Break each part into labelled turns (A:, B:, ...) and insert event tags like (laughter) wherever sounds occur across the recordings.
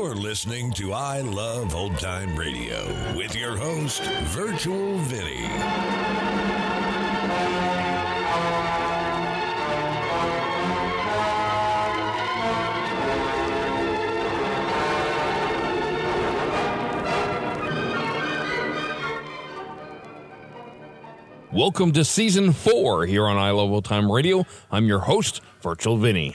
A: listening to I Love Old Time Radio with your host, Virtual Vinny.
B: Welcome to season four here on I Love Old Time Radio. I'm your host, Virtual Vinny.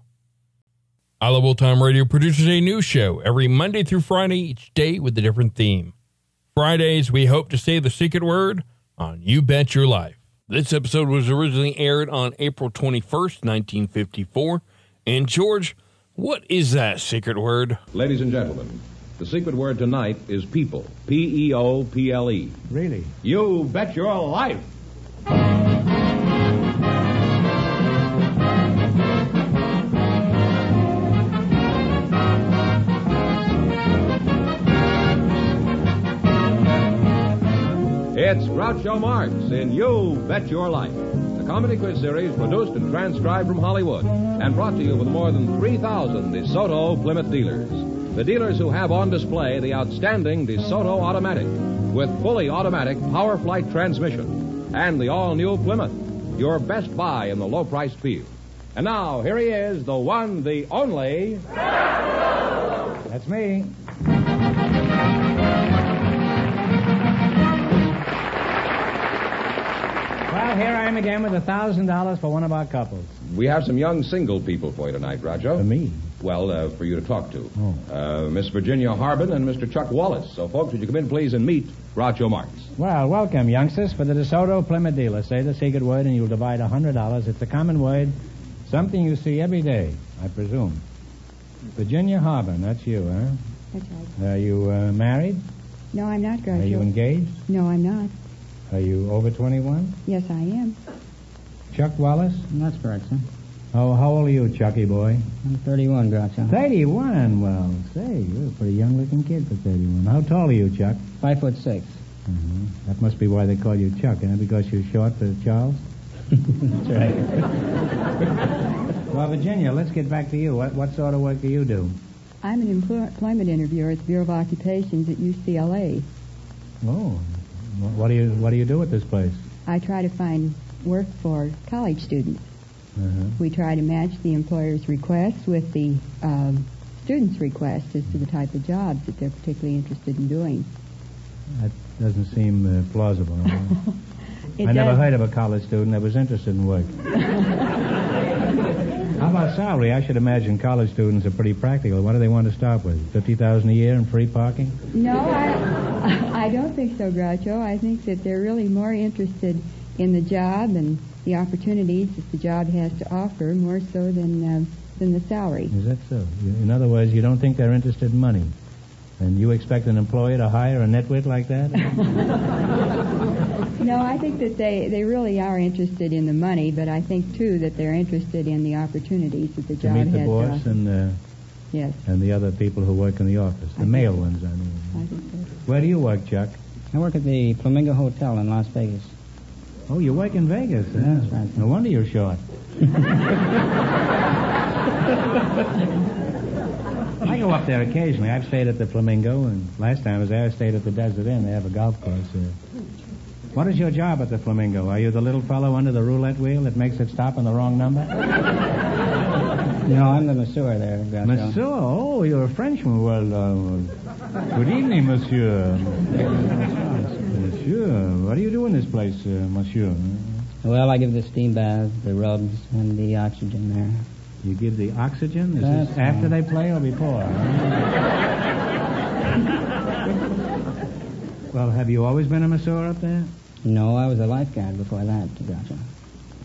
C: I Love Old Time Radio produces a new show every Monday through Friday, each day with a different theme. Fridays, we hope to say the secret word on You Bet Your Life.
B: This episode was originally aired on April 21st, 1954. And, George, what is that secret word?
D: Ladies and gentlemen, the secret word tonight is people. P E O P L E.
E: Really?
D: You bet your life. It's Groucho Marx in You Bet Your Life, a comedy quiz series produced and transcribed from Hollywood and brought to you with more than 3,000 DeSoto Plymouth dealers. The dealers who have on display the outstanding DeSoto Automatic with fully automatic power flight transmission and the all new Plymouth, your best buy in the low priced field. And now, here he is, the one, the only.
E: That's me. Well, here I am again with a thousand dollars for one of our couples.
D: We have some young single people for you tonight, Roger.
E: For me? Oh.
D: Well, uh, for you to talk to. Uh, Miss Virginia Harbin and Mr. Chuck Wallace. So, folks, would you come in, please, and meet Roger Marx?
E: Well, welcome, youngsters, for the DeSoto Plymouth dealer. Say the secret word and you'll divide a hundred dollars. It's a common word, something you see every day, I presume. Virginia Harbin, that's you, huh?
F: That's right.
E: Are you uh, married?
F: No, I'm not,
E: Are
F: Groucho.
E: you engaged?
F: No, I'm not.
E: Are you over 21?
F: Yes, I am.
E: Chuck Wallace?
G: That's correct, sir.
E: Oh, how old are you, Chucky boy?
G: I'm 31, Groucho.
E: 31. Well, say, you're a pretty young-looking kid for 31. How tall are you, Chuck?
G: Five foot six.
E: Mhm. That must be why they call you Chuck, eh? Because you're short for
G: (laughs)
E: Charles? That's right. (laughs) well, Virginia, let's get back to you. What, what sort of work do you do?
F: I'm an employ- employment interviewer at the Bureau of Occupations at UCLA.
E: Oh, wh- what do you what do you do at this place?
F: I try to find work for college students.
E: Uh-huh.
F: We try to match the employer's requests with the um, student's requests as to the type of jobs that they're particularly interested in doing.
E: That doesn't seem uh, plausible.
F: It
E: I never
F: does-
E: heard of a college student that was interested in
F: (laughs)
E: work. How about salary? I should imagine college students are pretty practical. What do they want to start with? Fifty thousand a year and free parking?
F: No, I, (laughs) I don't think so, Groucho. I think that they're really more interested in the job and the opportunities that the job has to offer more so than uh, than the salary.
E: Is that so? You- In other words, you don't think they're interested in money. And you expect an employer to hire a nitwit like
F: (laughs)
E: that?
F: No, I think that they, they really are interested in the money, but I think too that they're interested in the opportunities that the
E: to
F: job
E: meet the
F: has to
E: boss
F: offer.
E: and, uh,
F: Yes,
E: and the other people who work in the office, the
F: I
E: male
F: think-
E: ones, I mean.
F: I think so.
E: Where do you work, Chuck?
G: I work at the Flamingo Hotel in Las Vegas.
E: Oh, you work in Vegas. huh?
G: Yeah, that's right.
E: No wonder you're
G: (laughs)
E: short. I go up there occasionally. I've stayed at the Flamingo, and last time I was there, I stayed at the Desert Inn. They have a golf course there. What is your job at the Flamingo? Are you the little fellow under the roulette wheel that makes it stop on the wrong number?
G: No, I'm the masseur there, Groucho.
E: Monsieur, oh, you're a Frenchman. Well, uh, good evening, monsieur. monsieur, what do you do in this place, uh, monsieur?
G: Well, I give the steam bath, the rubs, and the oxygen there.
E: You give the oxygen? Is
G: That's
E: this after
G: right.
E: they play or (laughs) before? well, have you always been a masseur up there?
G: No, I was a lifeguard before that, Groucho.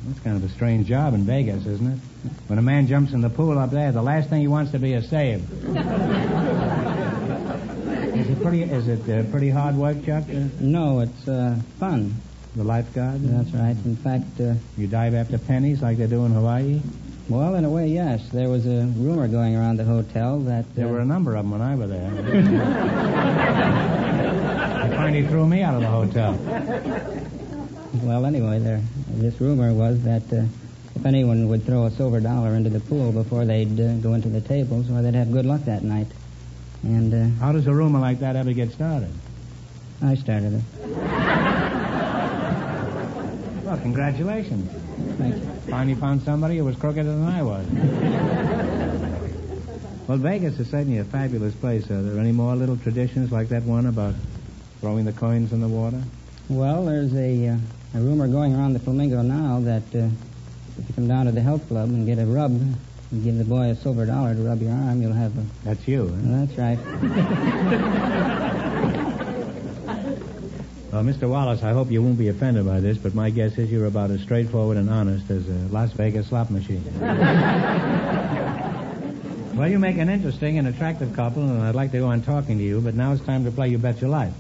E: That's kind of a strange job in Vegas, isn't it? When a man jumps in the pool up there, the last thing he wants to be is
G: (laughs)
E: saved. is it pretty? Is it uh, pretty hard work, Chuck? Uh,
G: No, it's uh, fun.
E: The lifeguard?
G: That's right. In fact, uh,
E: You dive after pennies like they do in Hawaii?
G: well, in a way, yes. There was a rumor going around the hotel that uh,
E: There were a number of them when I was there. (laughs) they finally threw me out of the hotel.
G: uh, Well, anyway, there. This rumor was that uh, if anyone would throw a silver dollar into the pool before they'd uh, go into the tables, well, they'd have good luck that night. And uh,
E: How does a rumor like that ever get started?
G: I started it.
E: Well, congratulations.
G: Thank you.
E: Finally found somebody who was crookeder than I was. well, Vegas is certainly a fabulous place. Are there any more little traditions like that one about throwing the coins in the water?
G: Well, there's a, uh, a rumor going around the Flamingo now that uh, if you come down to the health club and get a rub and give the boy a silver dollar to rub your arm, you'll have a.
E: That's you, huh?
G: Well, that's right.
E: (laughs) Well, Mr. Wallace, I hope you won't be offended by this, but my guess is you're about as straightforward and honest as a Las Vegas slot
G: (laughs)
E: machine. well, you make an interesting and attractive couple, and I'd like to go on talking to you, but now it's time to play You Bet Your Life.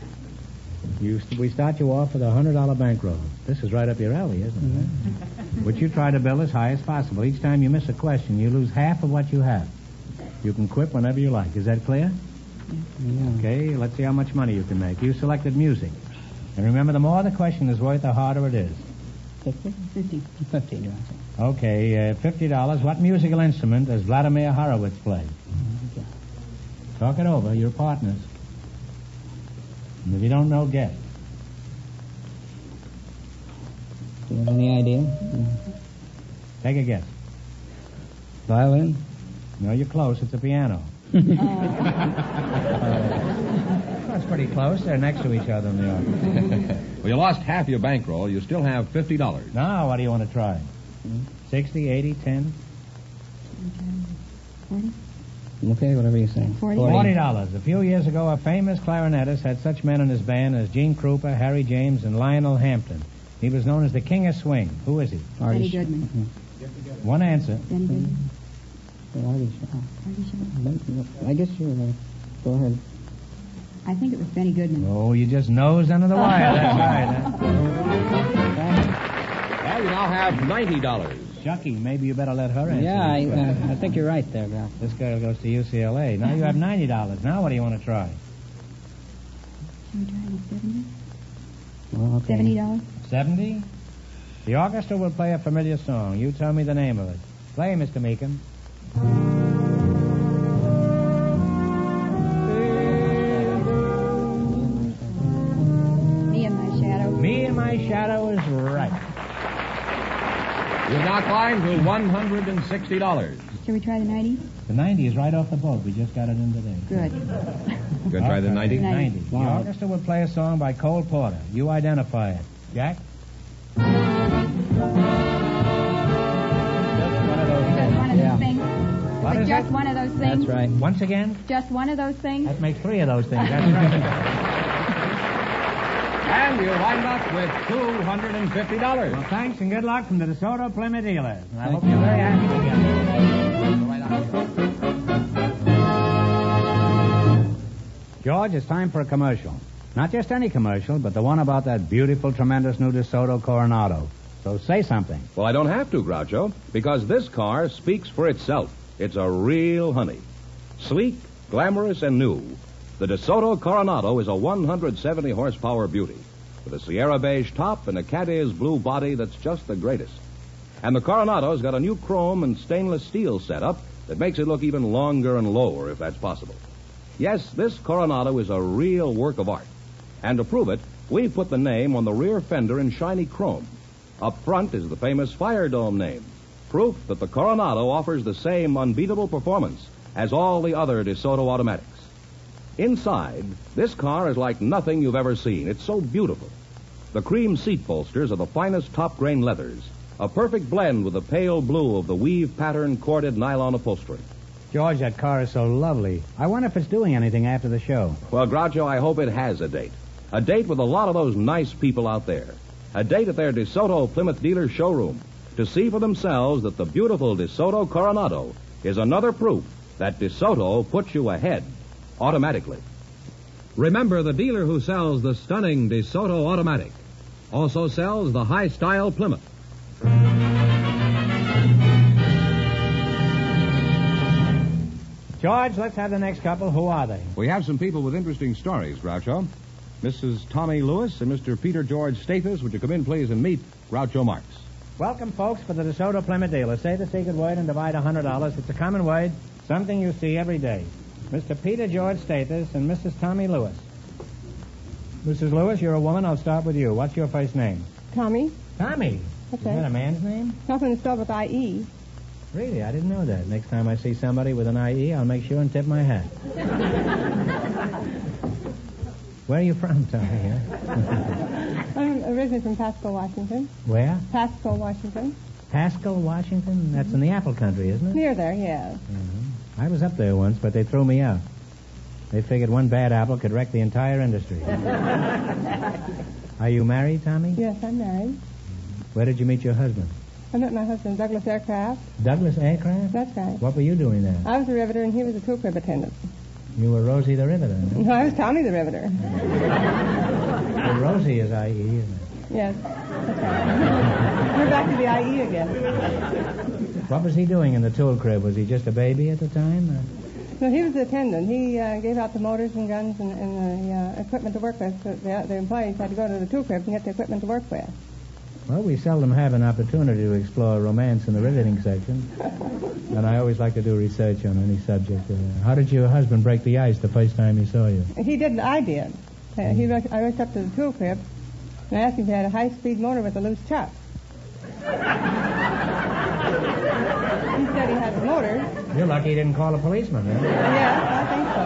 E: You, we start you off with a $100 bankroll. This is right up your alley, isn't it?
G: Mm-hmm.
E: Which you try to bill as high as possible. Each time you miss a question, you lose half of what you have. You can quit whenever you like. Is that clear?
G: Yeah.
E: Okay, let's see how much money you can make. You selected music. And remember, the more the question is worth, the harder it is.
G: 50? 50. 50, Groucho.
E: Okay, uh, $50. What musical instrument does Vladimir Horowitz play? Talk it over, your partners. And if you don't know, guess.
G: Do you have any idea? Mm.
E: Take a guess.
G: Violin?
E: No, you're close. It's a
G: (laughs)
E: piano. That's pretty close. They're next to each other in the audience.
D: Well, you lost half your bankroll. You still have $50.
E: Now, what do you want to try? 60, 80, 10?
G: Okay, whatever you say.
F: Forty.
E: Forty dollars. A few years ago, a famous clarinetist had such men in his band as Gene Krupa, Harry James, and Lionel Hampton. He was known as the King of Swing. Who is he?
F: Benny
G: Artie Shaw.
F: Goodman.
E: Mm-hmm. One answer.
F: Benny Goodman.
G: Artie Shaw.
F: Artie Shaw.
G: I guess you're right. Go ahead.
F: I think it was Benny Goodman.
E: Oh, you just nosed under the wire. That's
G: (laughs)
E: right. Huh?
D: Well, you now have $90.
E: Chucky, maybe you better let her answer.
G: Yeah, I,
E: this question.
G: uh, I think you're right there, Groucho.
E: This girl goes to UCLA. Now you have ninety dollars. Now what do you want to try?
F: Should we try the seventy?
G: Well, okay.
F: Seventy dollars?
E: Seventy. The orchestra will play a familiar song. You tell me the name of it. Play, Mr. Meekin.
F: Me and my shadow.
E: Me and my shadow is right.
D: You've now climbed to $160.
F: Shall we try the ninety?
E: The ninety is right off the boat. We just got it in today.
F: Good.
D: You gonna try the 90?
F: Ninety.
E: The orchestra will play a song by Cole Porter. You identify it. Jack?
F: Just one of
G: Yeah.
F: those things.
E: What
F: But
E: is
F: just
E: it?
F: one of those
G: That's
F: things.
G: right.
E: Once again?
F: Just one of those things.
E: That makes three of those things. That's
F: (laughs)
E: right.
D: And you wind up with $250.
E: well, thanks and good luck from the DeSoto Plymouth dealer. And I hope you're very happy together. George, it's time for a commercial. Not just any commercial, but the one about that beautiful, tremendous new DeSoto Coronado. So say something.
D: Well, I don't have to, Groucho, because this car speaks for itself. It's a real honey. Sleek, glamorous, and new. The DeSoto Coronado is a 170 horsepower beauty with a Sierra beige top and a Cadiz blue body that's just the greatest. And the Coronado's got a new chrome and stainless steel setup that makes it look even longer and lower if that's possible. Yes, this Coronado is a real work of art. And to prove it, we've put the name on the rear fender in shiny chrome. Up front is the famous Fire Dome name, proof that the Coronado offers the same unbeatable performance as all the other DeSoto automatics. Inside, this car is like nothing you've ever seen. It's so beautiful. The cream seat bolsters are the finest top grain leathers, a perfect blend with the pale blue of the weave pattern corded nylon upholstery.
E: George, that car is so lovely. I wonder if it's doing anything after the show.
D: Well, Groucho, I hope it has a date. A date with a lot of those nice people out there. A date at their DeSoto Plymouth dealer showroom to see for themselves that the beautiful DeSoto Coronado is another proof that DeSoto puts you ahead automatically. Remember the dealer who sells the stunning DeSoto automatic. also sells the High Style Plymouth.
E: George, let's have the next couple. Who are they?
D: We have some people with interesting stories, Groucho. Mrs. Tommy Lewis and Mr. Peter George Stathis, would you come in, please, and meet Groucho Marx?
E: Welcome, folks, for the DeSoto Plymouth dealer. Say the secret word and divide $100. It's a common word, something you see every day. Mr. Peter George Stathis and Mrs. Tommy Lewis. Mrs. Lewis, you're a woman. I'll start with you. What's your first name?
H: Tommy,
E: Tommy.
H: That's
E: Is
H: right.
E: that a man's name?
H: nothing to start with E. IE.
E: Really, I didn't know that. Next time I see somebody with an IE, I'll make sure and tip my hat. Where are you from, Tommy? huh? (laughs)
H: I'm originally from Pasco, Washington.
E: Where?
H: Pasco, Washington.
E: Pasco, Washington? That's in the apple country, isn't it?
H: Near there, yes.
E: I was up there once, but they threw me out. They figured one bad apple could wreck the entire
H: (laughs)
E: industry. Are you married, Tommy?
H: Yes, I'm married.
E: Where did you meet your husband?
H: I met my husband, Douglas Aircraft.
E: Douglas Aircraft?
H: That's right.
E: What were you doing there?
H: I was the riveter and he was a tool crib attendant. (laughs)
E: You were Rosie the Riveter. huh?
H: No, I was Tommy
I: (laughs)
H: the riveter.
E: Well, Rosie is IE, isn't it?
H: Yes. (laughs) That's right. We're back to the IE again.
E: What was he doing in the tool crib? Was he just a baby at the time? or-
H: No, he was the attendant. He uh, gave out the motors and guns and, and the uh, equipment to work with. So the, the employees had to go to the tool crib and get the equipment to work with.
E: Well, we seldom have an opportunity to explore romance in the riveting section. and I always like to do research on any subject. Uh, how did your husband break the ice the first time he saw you?
H: He didn't. I did. Uh, he rushed, I rushed up to the tool crib and I asked him if he had a high-speed motor with a loose chuck. he said he had a motor.
E: You're lucky he didn't call a policeman, huh?
H: Yes,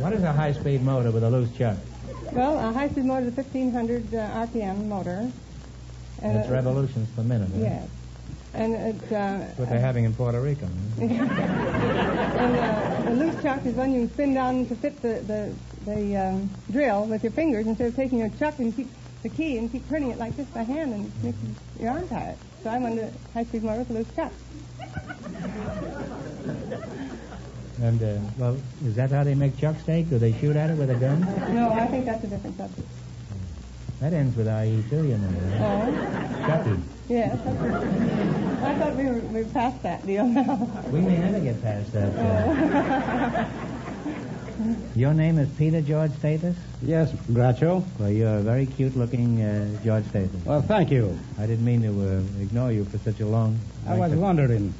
E: What is a high speed motor with a loose chuck?
H: I think so. Well, a high-speed motor is a 1,500 uh, RPM motor. And
E: That's
H: it-
E: revolutions per minute. huh?
H: Yes. And it's uh,
E: That's what they're having in Puerto Rico. huh?
H: and, uh, a loose chuck is one you spin down to fit the the, the um, drill with your fingers instead of taking your chuck and keep the key and keep turning it like this by hand and it makes your arm tired. So I wanted a high-speed motor with a loose chuck.
E: And, uh, well, is that how they make chuck steak? Do they shoot at it with a gun?
H: No, I think that's a different subject.
E: That ends with IE, too, you know.
H: Oh,
E: Chucky.
H: yes. I thought we were, we were past that deal (laughs) now.
E: We may never get past that. uh, Your name is Peter George Status?
G: Yes, Groucho.
E: Well, you're a very cute looking uh, George Status.
G: Well, thank you.
E: I didn't mean to uh, ignore you for such a long.
G: I was wondering.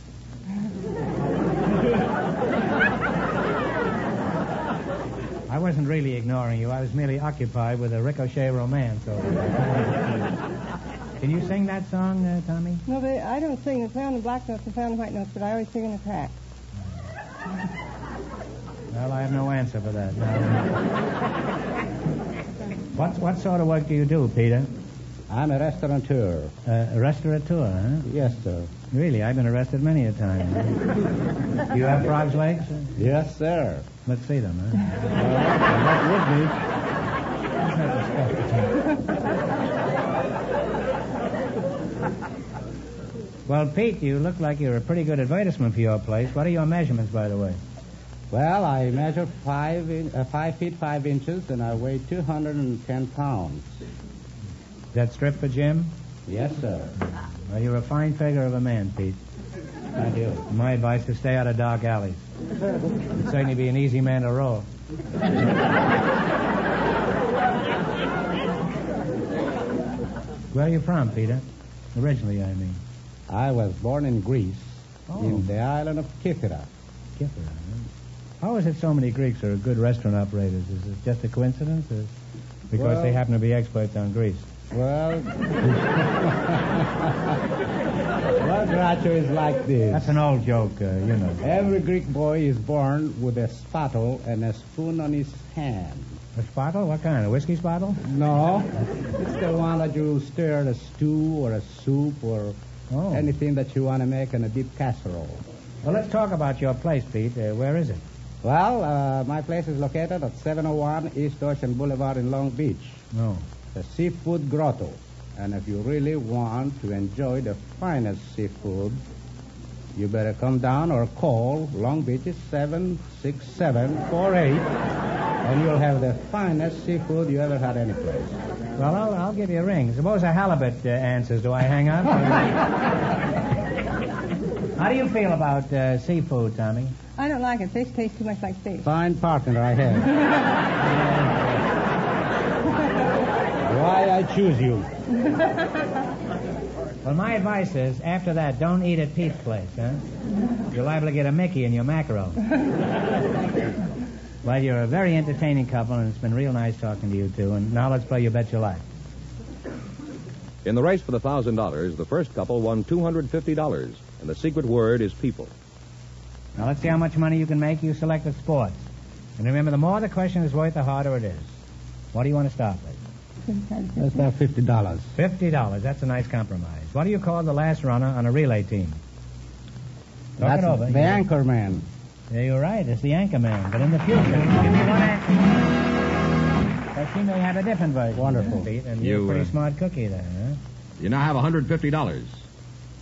E: I wasn't really ignoring you. I was merely occupied with a ricochet romance. (laughs) Over there. Can you sing that song, uh, Tommy?
H: No, they, I don't sing. They play on the black notes and play on the white notes, but I always sing in the crack.
E: Well, I have no answer for that. No. what what sort of work do you do, Peter?
G: I'm a restaurateur.
E: Uh, restaurateur, huh?
G: Yes, sir.
E: Really, I've been arrested many a time.
G: (laughs)
E: Do you have frog's legs?
G: Yes, sir.
E: Let's see them, huh?
G: that would be.
E: Well, Pete, you look like you're a pretty good advertisement for your place. What are your measurements, by the way?
G: Well, I measure five in, uh, five feet five inches, and I weigh 210 pounds.
E: Is that strip for Jim?
G: Yes, sir.
E: Well, you're a fine figure of a man, Pete.
G: I do.
E: My advice is stay out of dark alleys. You'd certainly be an easy man to roll. Where are you from, Peter? Originally, I mean.
G: I was born in Greece,
E: Oh.
G: in the island of Kythira.
E: Skipper. huh? How is it so many Greeks are good restaurant operators? Is it just a coincidence? Or because
G: Well-
E: they happen to be experts on Greece.
G: (laughs) Well, well, Groucho is like this.
E: That's an old joke, uh, you know.
G: Every Greek boy is born with a spottle and a spoon on his hand.
E: A spottle? What kind? A whiskey spottle?
G: No, it's the one that you stir in a stew or a soup or
E: Oh.
G: anything that you want to make in a deep casserole.
E: Well, let's talk about your place, Pete. Uh, where is it?
G: Well, uh, my place is located at 701 East Ocean Boulevard in Long Beach,
E: No.
G: the Seafood Grotto. And if you really want to enjoy the finest seafood,
E: You better come down or call Long Beach is 76748, and you'll have the finest seafood you ever had anyplace. Well, I'll, I'll give you a ring. Suppose a halibut uh, answers. Do I hang (laughs) up? How do you feel about uh, seafood, Tommy?
H: I don't like it. Fish tastes too much like fish.
E: Fine partner I (laughs) have. Why I choose you. Well, my advice is after that, don't eat at Pete's place, huh? You're liable to get a Mickey in your (laughs) mackerel. well, you're a very entertaining couple, and it's been real nice talking to you two. And now let's play You Bet Your Life.
D: In the race for the $1,000, the first couple won $250, and the secret word is people.
E: Now let's see how much money you can make. You select the sports. And remember, the more the question is worth, the harder it is. What do you want to start with?
G: Let's have fifty dollars.
E: Fifty dollars. That's a nice compromise. What do you call the last runner on a relay team? Talk it over.
G: the anchor man.
E: Yeah, you're right. It's the anchor man. But in the future, if you want to... But she may have a different version. Wonderful. And you're
D: You,
E: a
D: uh,
E: pretty smart cookie there, huh?
D: You now have $150.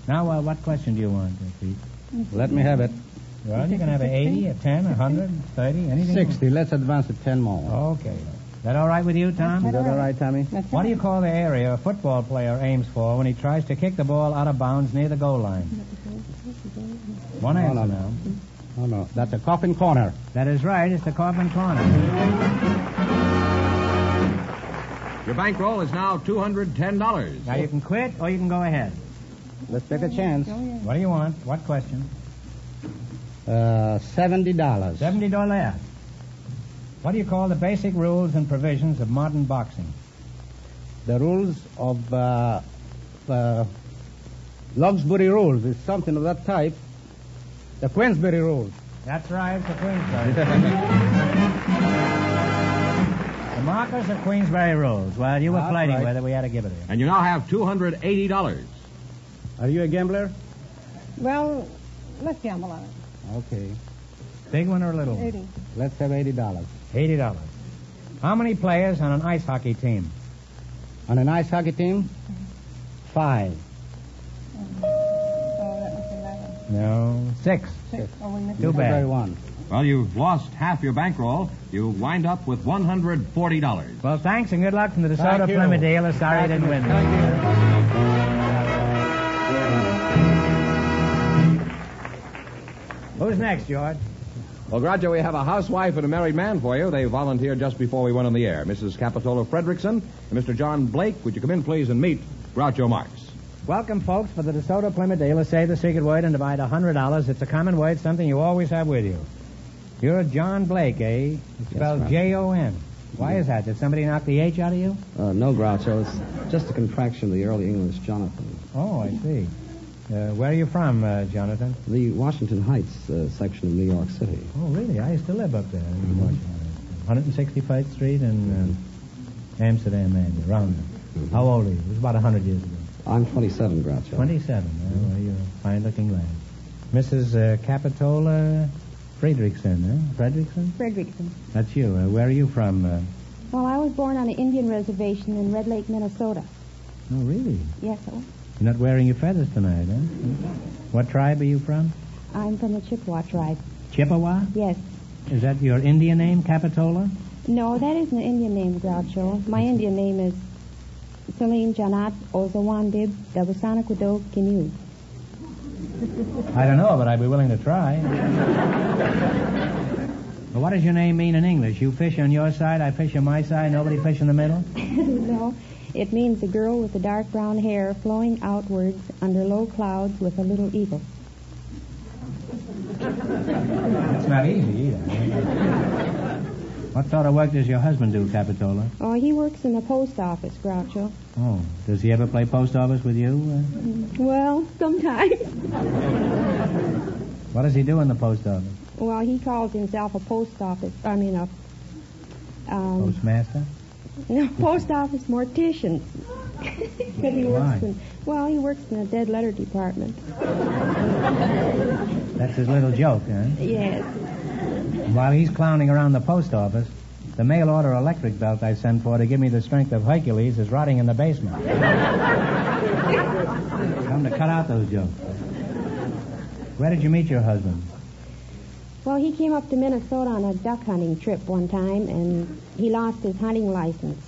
E: Now, uh, what question do you want, uh, Pete?
G: Let me have it.
E: Well, you can have an 80, a 10, a 100, 30, anything. you want.
G: Sixty. Let's advance it ten more.
E: Okay. Is Oh, that all right with you, Tom?
G: Is that all right, Tommy?
H: That's
E: What do
H: it.
E: you call the area a football player aims for when he tries to kick the ball out of bounds near the goal line? One
G: No,
E: answer
G: no,
E: now.
G: no. Oh no, that's a coffin corner.
E: That is right. It's the Corbin Corner.
D: Your bankroll is now $210.
E: Now you can quit or you can go ahead.
G: Let's take a chance.
H: Oh, yeah.
E: What do you want? What question?
G: Uh, seventy dollars.
E: Seventy dollars. What do you call the basic rules and provisions of modern boxing?
G: The rules of uh, uh, Logsbury rules is something of that type. The Queensbury rules.
E: That's right, it's the
G: (laughs)
E: Queensberry. the markers of Queensberry rules. Well, you were
G: That's
E: fighting
G: right.
E: whether we had to give it to you.
D: And you now have $280.
G: Are you a gambler?
H: Well, let's gamble on it.
G: Okay.
E: Big one or a little one?
H: Eighty.
G: Let's have eighty dollars.
E: Eighty dollars. How many players on an ice hockey team?
G: On an ice hockey team, five.
H: Oh, that must be eleven.
E: No. Six.
H: Six. Oh, we missed
E: Too
H: it.
E: bad.
G: Very one.
D: Well, you've lost half your bankroll. You wind up with $140.
E: Well, thanks and good luck from the DeSoto
G: you.
E: Plymouth dealer. Sorry I didn't win. this. Who's next, George?
D: Well, Groucho, we have a housewife and a married man for you. They volunteered just before we went on the air. Mrs. Capitola Fredrickson and Mr. John Blake, would you come in, please, and meet Groucho Marx?
E: Welcome, folks, for the DeSoto Plymouth dealer. Say the secret word and divide $100. It's a common word, something you always have with you. You're John Blake, eh? It's spelled
G: ma'am.
E: J-O-N. Why is that? Did somebody knock the H out of you?
G: Uh, no, Groucho. It's just a contraction of the early English Jonathan.
E: Oh, I see. Uh, where are you from, uh, Jonathan?
G: The Washington Heights uh, section of New York City.
E: Oh, really? I used to live up there. uh, in Washington. 165th Street in uh, Amsterdam, maybe, around there. How old are you? It was about 100 years ago.
G: I'm 27, Groucho.
E: 27. Oh, well, you're a fine-looking lad. Mrs. Uh, Capitola Fredrickson, eh? Fredrickson?
I: Fredrickson.
E: That's you. Uh, where are you from? Uh...
I: Well, I was born on an Indian reservation in Red Lake, Minnesota.
E: Oh, really?
I: Yes, sir.
E: You're not wearing your feathers tonight, huh? What tribe are you from?
I: I'm from the Chippewa tribe.
E: Chippewa?
I: Yes.
E: Is that your Indian name, Capitola?
I: No, that isn't an Indian name, Groucho. My Indian name is Celine Janat Ozawandib Dabusanakudov Kinu.
E: I don't know, but I'd be willing to (laughs) try. well, what does your name mean in English? You fish on your side, I fish on my side, nobody fish in the middle?
I: (laughs) no, it means a girl with the dark brown hair flowing outwards under low clouds with a little eagle.
E: That's not easy either. what sort of work does your husband do, Capitola?
I: Oh, he works in the post office, Groucho.
E: Oh, does he ever play post office with you? Uh,
I: Well, sometimes. (laughs)
E: what does he do in the post office?
I: Well, he calls himself a post office. I mean, a um,
E: (laughs) Postmaster?
I: No, post office mortician. (laughs) 'Cause he
E: Why?
I: works in, well, he works in the dead letter department.
E: That's his little joke, huh?
I: Yes.
E: While he's clowning around the post office, the mail order electric belt I sent for to give me the strength of Hercules is rotting in the basement. Come to cut out those jokes. Where did you meet your husband?
H: Well, he came up to Minnesota on a duck hunting trip one time, and he lost his hunting license.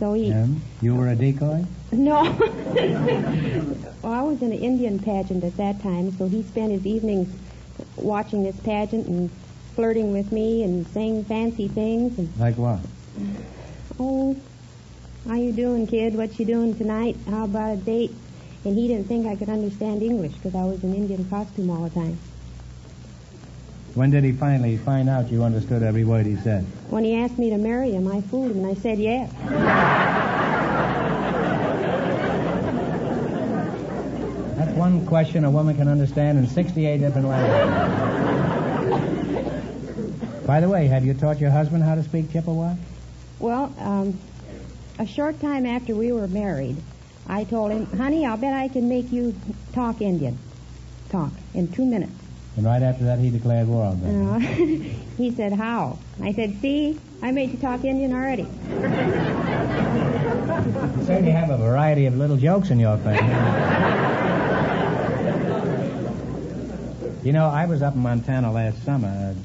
H: So he
E: Him? You were a decoy?
H: no. (laughs) well, I was in an Indian pageant at that time, so he spent his evenings watching this pageant and flirting with me and saying fancy things and
E: Like what?
H: oh, how you doing, kid? What you doing tonight? How about a date? And he didn't think I could understand English because I was in Indian costume all the time.
E: When did he finally find out you understood every word he said?
H: When he asked me to marry him, I fooled him and I said yes.
E: That's one question a woman can understand in 68 different languages. By the way, have you taught your husband how to speak Chippewa?
H: Well, um, a short time after we were married, I told him, honey, I'll bet I can make you talk Indian. Talk in two minutes. (laughs)
E: And right after that, he declared war on them.
H: Uh, he said, how? I said, see, I made you talk Indian already.
E: You certainly have a variety of little jokes in your family. you know, I was up in Montana last summer, at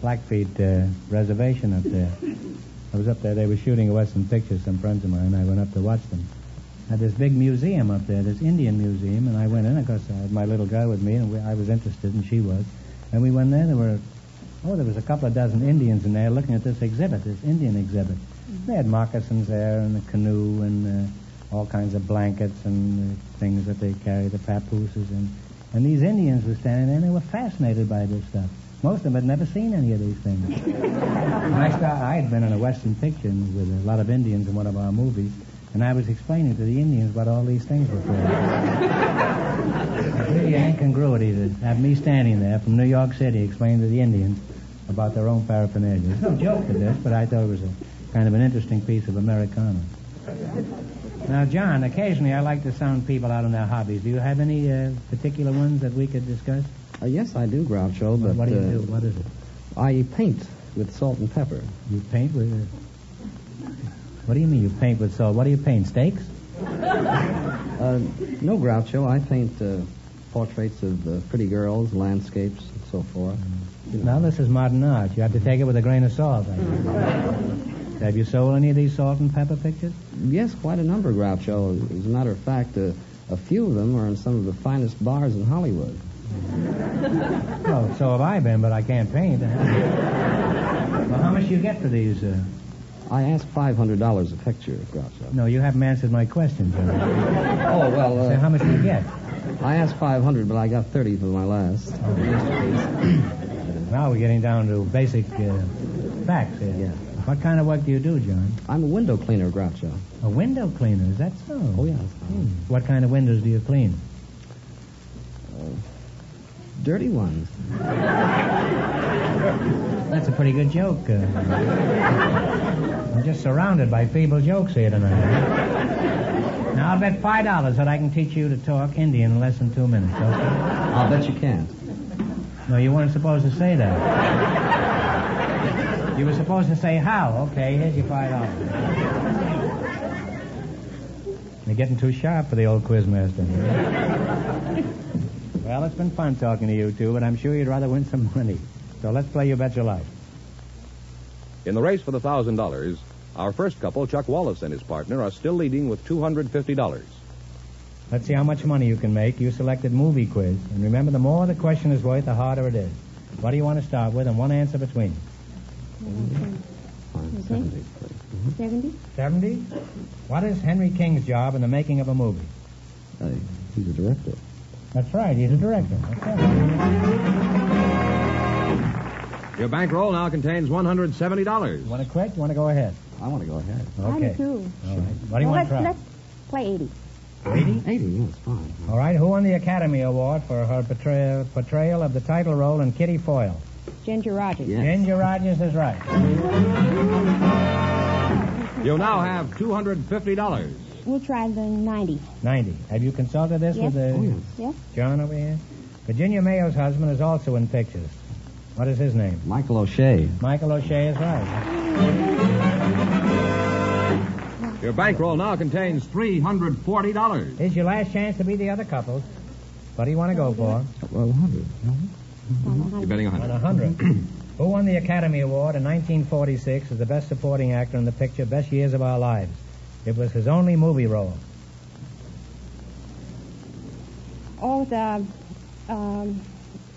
E: Blackfeet uh, Reservation up there. I was up there. They were shooting a Western picture, some friends of mine. I went up to watch them. Had this big museum up there, this Indian museum, and I went in. Of course, I had my little girl with me, and we, I was interested, and she was. And we went there. There were, oh, there was a couple of dozen Indians in there looking at this exhibit, this Indian exhibit. They had moccasins there, and a canoe, and uh, all kinds of blankets and uh, things that they carry, the papooses, and and these Indians were standing there, and they were fascinated by this stuff. Most of them had never seen any of these things. And I, start, I had been in a Western picture with a lot of Indians in one of our movies, and I was explaining to the Indians what all these things were for. It's really an incongruity to have me standing there from New York City explaining to the Indians about their own paraphernalia. There's no joke to this, but I thought it was a kind of an interesting piece of Americana. Now, John, occasionally I like to sound people out on their hobbies. Do you have any uh, particular ones that we could discuss?
G: Uh, yes, I do, Groucho, but
E: what do you
G: uh,
E: do? What is it?
G: I paint with salt and pepper.
E: You paint with. Uh... What do you mean you paint with salt? What do you paint? Steaks?
G: Uh, no, Groucho, I paint uh, portraits of uh, pretty girls, landscapes, and so forth.
E: Now this is modern art. You have to take it with a grain of salt. I guess. have you sold any of these salt and pepper pictures?
G: Yes, quite a number, Groucho. As a matter of fact, uh, a few of them are in some of the finest bars in Hollywood.
E: Oh, so have I been, but I can't paint. well, how much do you get for these? Uh...
G: I asked $500 a picture, Groucho.
E: No, you haven't answered my question. John.
G: Oh, well,
E: So how
G: uh,
E: much do you get?
G: I asked 500 but I got 30 for my last.
E: Oh, Now we're getting down to basic uh, facts here.
G: Yeah.
E: What kind of work do you do, John?
G: I'm a window cleaner, Groucho.
E: A window cleaner, is that so?
G: Oh, yes.
E: What kind of windows do you clean?
G: Dirty ones.
E: That's a pretty good (laughs) joke. Uh, I'm just surrounded by feeble jokes here tonight. Now, I'll bet $5 that I can teach you to talk Indian in less than two minutes, okay?
G: I'll bet you can't.
E: No, you weren't supposed to say that. You were supposed to say how. Okay, here's your five dollars. You're getting too sharp for the old quizmaster. well, it's been fun talking to you two, but I'm sure you'd rather win some money. So let's play You Bet Your Life.
D: In the race for the $1,000, our first couple, Chuck Wallace and his partner, are still leading with $250.
E: Let's see how much money you can make. You selected movie quiz. And remember, the more the question is worth, the harder it is. What do you want to start with and one answer between?
G: Fine, 70, please.
H: 70?
E: 70? What is Henry King's job in the making of a movie?
G: Uh, he's a director.
E: That's right. He's a director. That's right.
D: Your bankroll now contains $170.
E: Want to quit? Want to go ahead?
G: I want to go ahead.
E: Okay.
H: too.
E: All right. What do you
H: Well,
E: want
H: let's,
E: to try?
H: let's play 80.
G: 80? 80, yes, fine.
E: All right. Who won the Academy Award for her portray- portrayal of the title role in Kitty Foyle?
H: Ginger Rogers.
G: Yeah.
E: Ginger Rogers is right.
D: You now have $250.
H: We'll try the 90.
E: Ninety. Have you consulted this
H: Yes.
E: with uh,
G: Oh, yes.
H: Yes?
E: John over here? Virginia Mayo's husband is also in pictures. What is his name?
G: Michael O'Shea.
E: Michael O'Shea is right.
D: Your bankroll now contains $340.
E: Here's your last chance to be the other couple. What do you want to go for?
G: Well, 100.
E: You're
D: betting 100.
E: On (clears throat) 100. Who won the Academy Award in 1946 as the best supporting actor in the picture Best Years of Our Lives? It was his only movie role.
F: Oh, the um,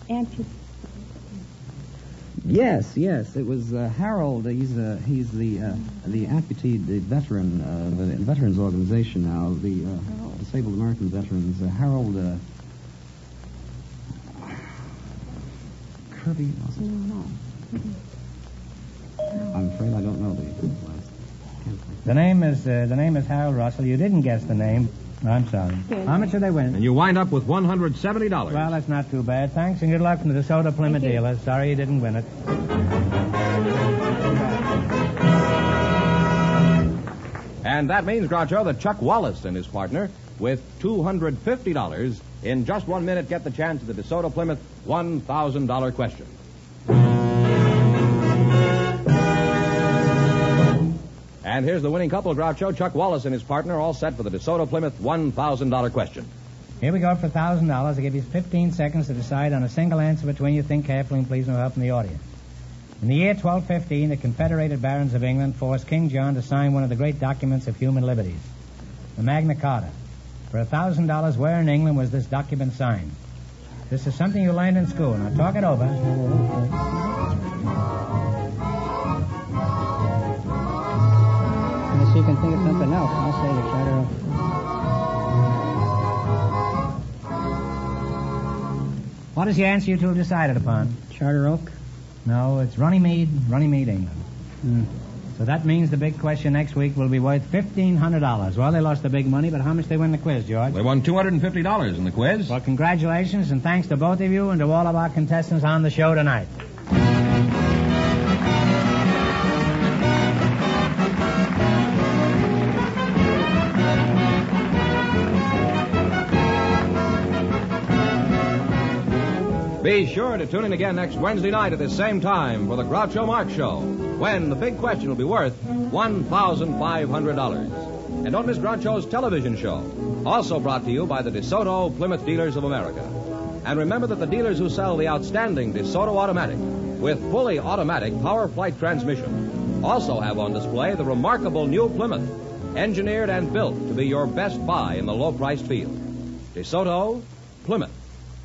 F: anti.
G: Yes, yes. It was uh, Harold. He's uh, he's the uh, the amputee, the veteran, uh, the veterans organization now, the uh, disabled American veterans. Uh, Harold uh, Kirby. Was it? I'm afraid I don't know the last.
E: The name is uh, the name is Harold Russell. You didn't guess the name. I'm sorry. How much did they win?
D: And you wind up with $170.
E: Well, that's not too bad. Thanks and good luck from the Soda Plymouth dealer. Sorry you didn't win it.
D: And that means, Groucho, that Chuck Wallace and his partner, with $250, in just one minute get the chance at the DeSoto Plymouth $1,000 question. And here's the winning couple, Groucho. Chuck Wallace and his partner all set for the DeSoto Plymouth $1,000 question.
E: Here we go for thousand dollars. I give you fifteen seconds to decide on a single answer between you. Think carefully and please no help from the audience. In the year 1215, the Confederated Barons of England forced King John to sign one of the great documents of human liberties, the Magna Carta. For thousand dollars, where in England was this document signed? This is something you learned in school. Now talk it over.
J: Unless you can think of something else, I'll say the Charter of.
E: What is the answer you two have decided upon?
J: Charter Oak?
E: No, it's Runnymede, Runnymede, England. So that means the big question next week will be worth fifteen hundred dollars. Well, they lost the big money, but how much they win the quiz, George?
D: They won $250 in the quiz.
E: Well, congratulations and thanks to both of you and to all of our contestants on the show tonight.
D: Be sure to tune in again next Wednesday night at the same time for the Groucho Marx Show, when the big question will be worth $1,500. And don't miss Groucho's television show, also brought to you by the DeSoto Plymouth Dealers of America. And remember that the dealers who sell the outstanding DeSoto Automatic with fully automatic power flight transmission also have on display the remarkable new Plymouth, engineered and built to be your best buy in the low priced field. DeSoto, Plymouth.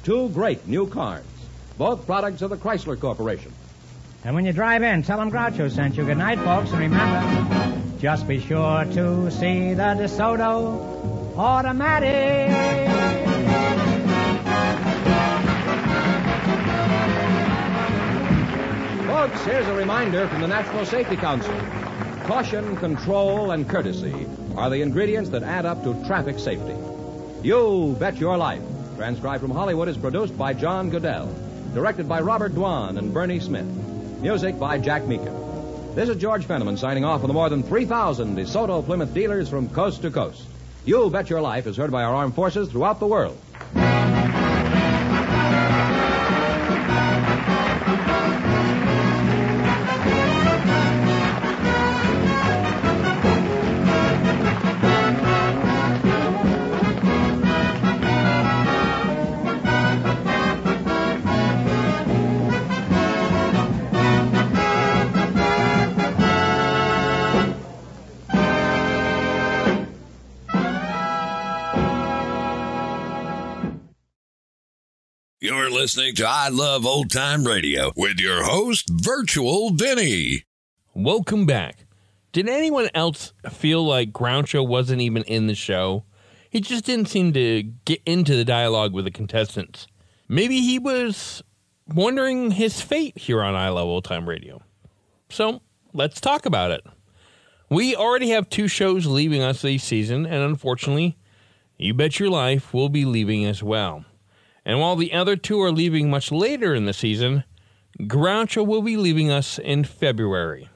D: Two great new cars, both products of the Chrysler Corporation.
E: And when you drive in, tell them Groucho sent you. Good night, folks, and remember, just be sure to see the DeSoto Automatic.
D: Folks, here's a reminder from the National Safety Council. Caution, control, and courtesy are the ingredients that add up to traffic safety. You Bet Your Life, transcribed from Hollywood, is produced by John Goodell, directed by Robert Dwan and Bernie Smith, music by Jack Meekin. This is George Fenneman signing off for the more than 3,000 DeSoto Plymouth dealers from coast to coast. You Bet Your Life is heard by our armed forces throughout the world.
A: You're listening to I Love Old Time Radio with your host, Virtual Vinny.
C: Welcome back. Did anyone else feel like Groucho wasn't even in the show? He just didn't seem to get into the dialogue with the contestants. Maybe he was wondering his fate here on I Love Old Time Radio. So let's talk about it. We already have two shows leaving us this season, and unfortunately, You Bet Your Life will be leaving as well. And while the other two are leaving much later in the season, Groucho will be leaving us in February.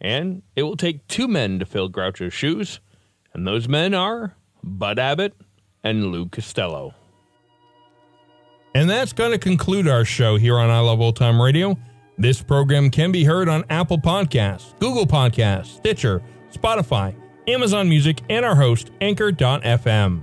C: And it will take two men to fill Groucho's shoes, and those men are Bud Abbott and Lou Costello.
K: And that's going to conclude our show here on I Love Old Time Radio. This program can be heard on Apple Podcasts, Google Podcasts, Stitcher, Spotify, Amazon Music, and our host, Anchor.fm.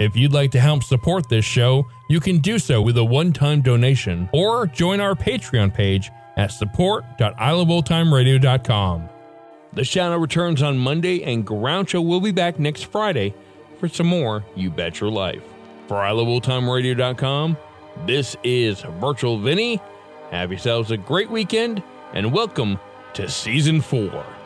C: If you'd like to help support this show, you can do so with a one-time donation or join our Patreon page at support.iloveoldtimeradio.com.
B: The Shadow returns on Monday, and Groucho will be back next Friday for some more You Bet Your Life. For iloveoldtimeradio.com, this is Virtual Vinny. Have yourselves a great weekend, and welcome to Season 4.